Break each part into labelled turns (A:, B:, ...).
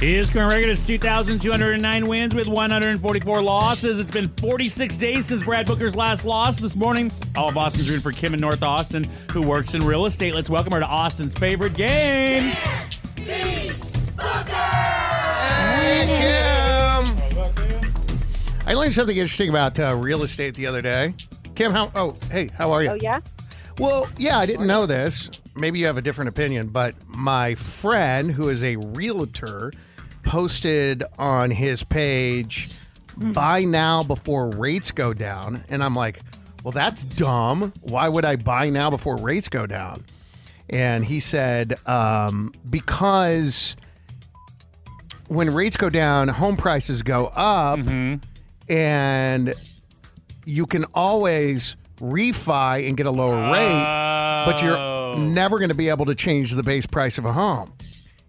A: His current record is 2,209 wins with 144 losses. It's been 46 days since Brad Booker's last loss. This morning, all of Austin's rooting for Kim in North Austin, who works in real estate. Let's welcome her to Austin's favorite game.
B: Kim. I learned something interesting about uh, real estate the other day. Kim, how? Oh, hey, how are you?
C: Oh yeah.
B: Well, yeah, I didn't know this. Maybe you have a different opinion, but my friend, who is a realtor, posted on his page,
C: Hmm.
B: buy now before rates go down. And I'm like, well, that's dumb. Why would I buy now before rates go down? And he said, um, because when rates go down, home prices go up,
A: Mm-hmm.
B: and you can always refi and get a lower rate, but
A: Oh.
B: you're never going to be able to change the base price of a home.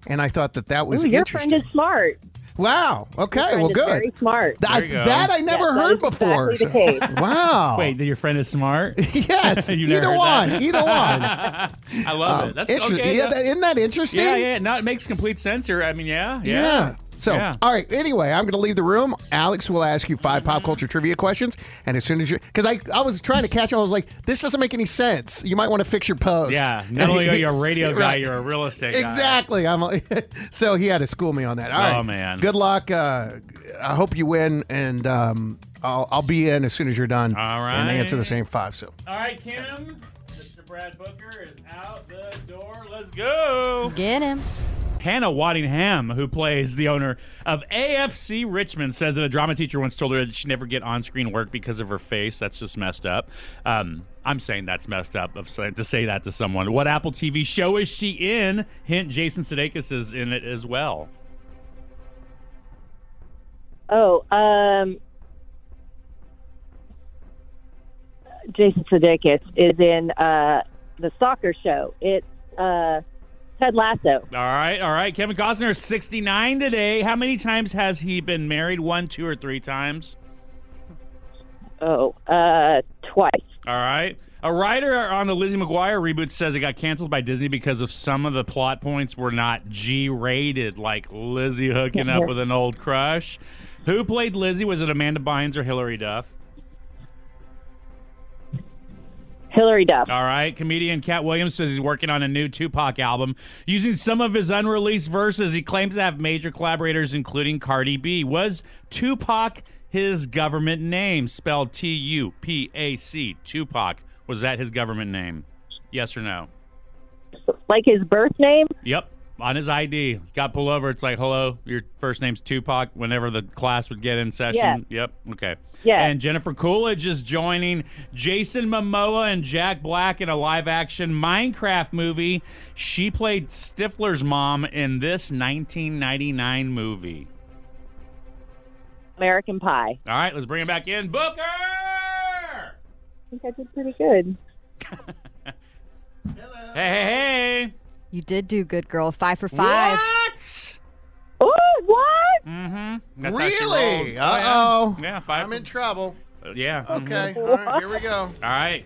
B: And I thought that that was
C: Ooh, your friend
B: interesting.
C: is smart.
B: wow. Okay.
C: Friend
B: Well,
C: is
B: good.
C: Very smart.
B: Th- I-
A: you go.
B: that I never
C: Yes, that
B: heard
C: is
B: before.
C: exactly the
B: So- wow.
A: Wait, your friend is smart?
B: Yes.
A: You've never
B: either
A: heard
B: one.
A: that.
B: Either one.
A: I love it. That's
B: Inter-
A: okay.
B: yeah, that, isn't that interesting?
A: yeah, yeah. No, it makes complete sense. Or I mean, yeah, yeah.
B: Yeah. So,
A: Yeah.
B: all right. Anyway, I'm going to leave the room. Alex will ask you 5 pop culture trivia questions, and as soon as you, because I, I was trying to catch on, I was like, this doesn't make any sense. You might want to fix your post.
A: Yeah,
B: And
A: not
B: he-
A: only are
B: he-
A: you a radio guy,
B: right.
A: you're a real estate guy.
B: Exactly. I'm. like- so he had to school me on that. All
A: Oh,
B: right.
A: man.
B: Good luck. Uh, I hope you win, and um, I'll, I'll be in as soon as you're done.
A: All
B: And
A: right.
B: answer the same five. So
A: All right, Kim. Mr. Brad Booker is out the door. Let's go.
D: Get him.
A: Hannah Waddingham, who plays the owner of AFC Richmond, says that a drama teacher once told her that she'd never get on screen work because of her face. That's just messed up. Um, I'm saying that's messed up of saying, to say that to someone. What Apple TV show is she in? Hint Jason Sudeikis is in it as well.
C: Oh, um, Jason Sudeikis is in uh, the soccer show. It's uh, Ted Lasso.
A: All right, all right. Kevin Costner is 69 today. How many times has he been married? One, two, or three times?
C: Oh, uh, twice.
A: All right. A writer on the Lizzie McGuire reboot says it got canceled by Disney because of some of the plot points were not G rated, like Lizzie hooking up with an old crush. Who played Lizzie? Was it Amanda Bynes or Hilary Duff?
C: Hillary Duff.
A: All right. Comedian Cat Williams says he's working on a new Tupac album using some of his unreleased verses. He claims to have major collaborators, including Cardi B. Was Tupac his government name? Spelled T U P A C. Tupac. Was that his government name? Yes or no?
C: Like his birth name?
A: Yep. On his ID. Got pulled over. It's like, hello, your first name's Tupac. Whenever the class would get in session. Yep. Okay.
C: Yeah.
A: And Jennifer Coolidge is joining Jason Momoa and Jack Black in a live action Minecraft movie. She played Stifler's mom in this 1999 movie.
C: American Pie.
A: All right, let's bring it back in. Booker!
C: I think I did pretty good.
A: Hey, hey, hey.
D: You did do good, girl. Five for five.
A: What?
C: Oh, what?
A: Mm hmm. That's how she rolls.
B: really, uh oh,
A: Yeah, five.
B: I'm in trouble.
A: yeah. mhm.
B: Okay, all right, here we go.
A: All right.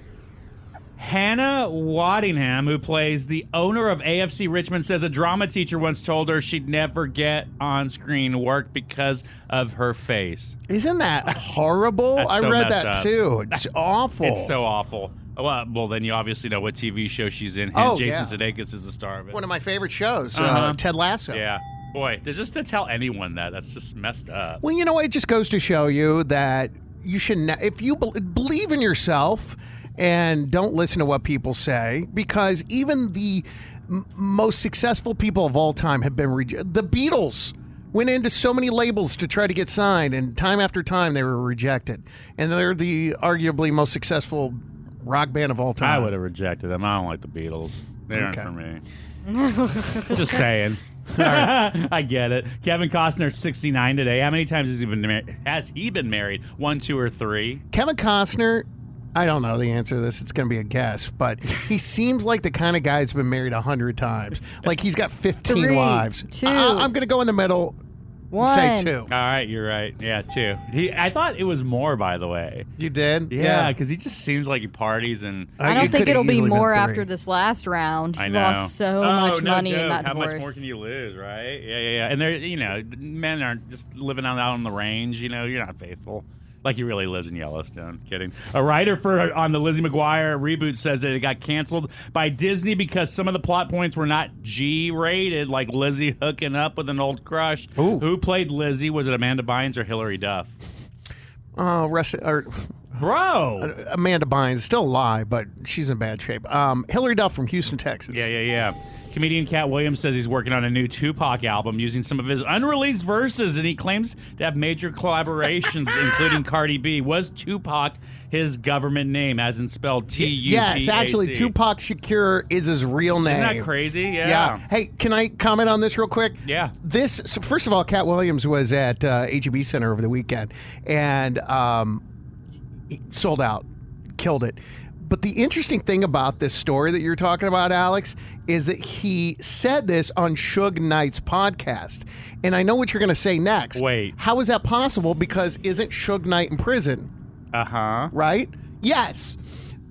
A: Hannah Waddingham, who plays the owner of AFC Richmond, says a drama teacher once told her she'd never get on screen work because of her face.
B: Isn't that horrible?
A: That's
B: I
A: so
B: read
A: messed
B: that
A: up.
B: too. It's awful.
A: It's so awful. Oh, Well, well, then you obviously know what TV show she's in.
B: Oh,
A: Jason
B: yeah.
A: Sudeikis is the star of it.
B: One of my favorite shows, uh
A: Uh-huh.
B: Ted Lasso.
A: yeah. Boy, there's just to tell anyone that that's just messed up.
B: Well, you know, it just goes to show you that you should, ne- if you bel believe in yourself and don't listen to what people say, because even the m- most successful people of all time have been rejected. The Beatles went into so many labels to try to get signed, and time after time they were rejected. And they're the arguably most successful rock band of all time.
A: I would have rejected them. I don't like the Beatles. They aren't
B: Okay.
A: for me. Just saying. All right. I get it. Kevin Costner's 69 today. How many times has he been married? Has he been married? One, two, or three?
B: Kevin Costner, I don't know the answer to this. It's going to be a guess, but he seems like the kind of guy that's been married a hundred times. Like he's got 15
D: Three,
B: wives.
D: two.
B: I, am going to go in the middle,
D: One.
B: say two.
A: All right, you're right. Yeah, two. He, I thought it was more, by the way.
B: You did?
A: Yeah, because he just seems like he parties and.
D: I don't
B: it
D: think
B: could've
D: it'll be
B: easily been
D: more
B: three.
D: after this last round.
A: I
D: You
A: know.
D: Lost so
A: Oh,
D: much
A: no
D: money
A: joke.
D: and that
A: How
D: divorce.
A: much more can you lose, right? Yeah, yeah, yeah. And they're, you know, men aren't just living out on the range. You know, you're not faithful. Like he really lives in Yellowstone. Kidding. A writer for on the Lizzie McGuire reboot says that it got canceled by Disney because some of the plot points were not G-rated, like Lizzie hooking up with an old crush. Who played Lizzie? Was it Amanda Bynes or Hilary Duff?
B: Oh, rest, or,
A: Bro.
B: Amanda Bynes, still alive, but she's in bad shape. Um, Hillary Duff from Houston, Texas.
A: Yeah, yeah, yeah. Comedian Cat Williams says he's working on a new Tupac album using some of his unreleased verses, and he claims to have major collaborations, including Cardi B. Was Tupac his government name, as in spelled T E U?
B: Yes, actually, Tupac Shakur is his real name.
A: Isn't that crazy? Yeah.
B: Yeah. Hey, can I comment on this real quick?
A: Yeah.
B: This so first of all, Cat Williams was at uh, HEB Center over the weekend and um, he sold out, killed it. But the interesting thing about this story that you're talking about, Alex, is that he said this on Suge Knight's podcast. And I know what you're going to say next.
A: Wait.
B: How is that possible? Because isn't Suge Knight in prison?
A: Uh huh.
B: right? Yes.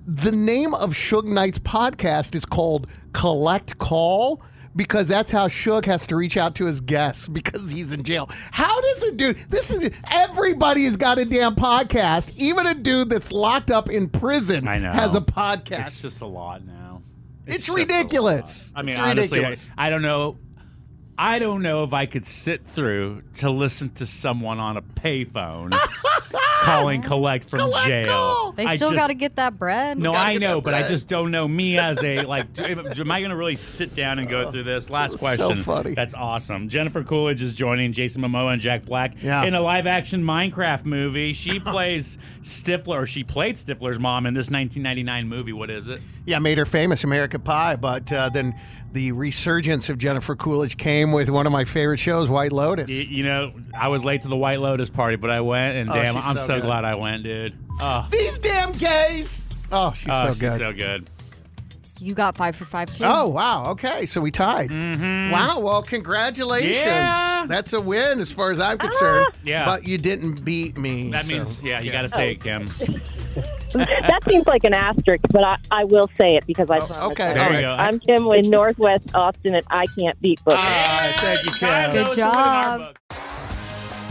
B: The name of Suge Knight's podcast is called Collect Call because that's how Suge has to reach out to his guests because he's in jail. How does a dude? This is everybody's got a damn podcast. Even a dude that's locked up in prison
A: I know.
B: has a
A: It's
B: podcast.
A: just a lot now.
B: It's
A: just a
B: ridiculous.
A: lot. I mean,
B: It's
A: honestly,
B: ridiculous.
A: I don't know. I don't know if I could sit through to listen to someone on a payphone calling collect from
B: Collect
A: jail.
B: call.
D: They
A: I
D: still
A: just-
D: got to get that bread.
A: No,
B: gotta
A: I
B: get
A: know,
B: that
A: but I
B: bread.
A: just don't know me as a like. do- am I going to really sit down and go through this? Last
B: so
A: question.
B: funny.
A: That's awesome. Jennifer Coolidge is joining Jason Momoa and Jack Black
B: Yeah.
A: in a live-action Minecraft movie. She plays Stifler. or She played Stifler's mom in this 1999 movie. What is it?
B: Yeah, made her famous, America Pie. But uh, then the resurgence of Jennifer Coolidge came with one of my favorite shows, White Lotus.
A: Y- You know, I was late to the White Lotus party, but I went, and
B: Oh,
A: damn,
B: she's
A: I'm
B: so
A: so,
B: good.
A: glad I went, dude. Oh,
B: These damn gays. Oh, she's
A: oh,
B: so
A: she's
B: good.
A: so good.
D: You got five for five too.
B: Oh wow! Okay, so we tied. Wow! Well, congratulations.
A: Mm-hmm. Yeah. Ah.
B: That's a win as far as I'm concerned.
A: Yeah.
B: But you didn't beat me.
A: That
B: so-
A: means, yeah, you got to say it, Kim.
C: that seems like an asterisk, but I, I will say it because I promise.
B: okay.
C: I
A: There
B: All
A: you
B: right.
A: go. I-
C: I'm Kim with Northwest Austin, and I can't beat Booker.
B: right, thank you, Kim.
A: Time, though,
D: Good
A: it's a win in our
D: job.
A: book.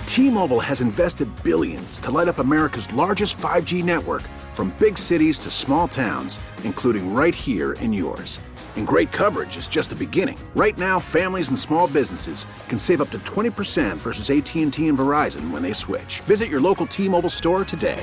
E: T-Mobile has invested billions to light up America's largest 5G network from big cities to small towns, including right here in yours. And great coverage is just the beginning. Right now, families and small businesses can save up to 20% versus AT&T and Verizon when they switch. Visit your local T-Mobile store today.